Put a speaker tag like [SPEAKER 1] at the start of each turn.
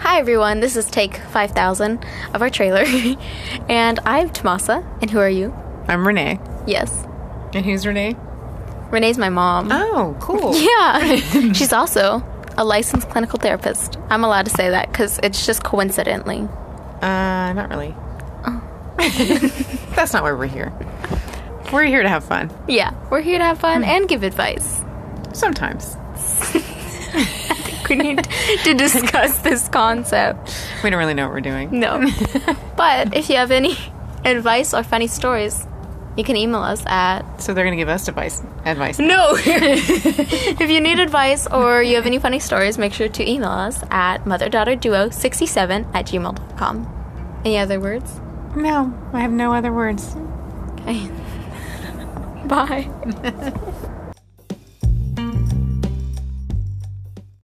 [SPEAKER 1] Hi everyone, this is take 5000 of our trailer. and I'm Tomasa, and who are you?
[SPEAKER 2] I'm Renee.
[SPEAKER 1] Yes.
[SPEAKER 2] And who's Renee?
[SPEAKER 1] Renee's my mom.
[SPEAKER 2] Oh, cool.
[SPEAKER 1] Yeah. She's also a licensed clinical therapist. I'm allowed to say that because it's just coincidentally.
[SPEAKER 2] Uh, not really. Oh. That's not why we're here. We're here to have fun.
[SPEAKER 1] Yeah, we're here to have fun and give advice.
[SPEAKER 2] Sometimes.
[SPEAKER 1] We need to discuss this concept.
[SPEAKER 2] We don't really know what we're doing.
[SPEAKER 1] No. but if you have any advice or funny stories, you can email us at
[SPEAKER 2] So they're going to give us advice. Advice.
[SPEAKER 1] No. if you need advice or you have any funny stories, make sure to email us at motherdaughterduo67 at gmail.com. Any other words?
[SPEAKER 2] No, I have no other words.
[SPEAKER 1] Okay. Bye.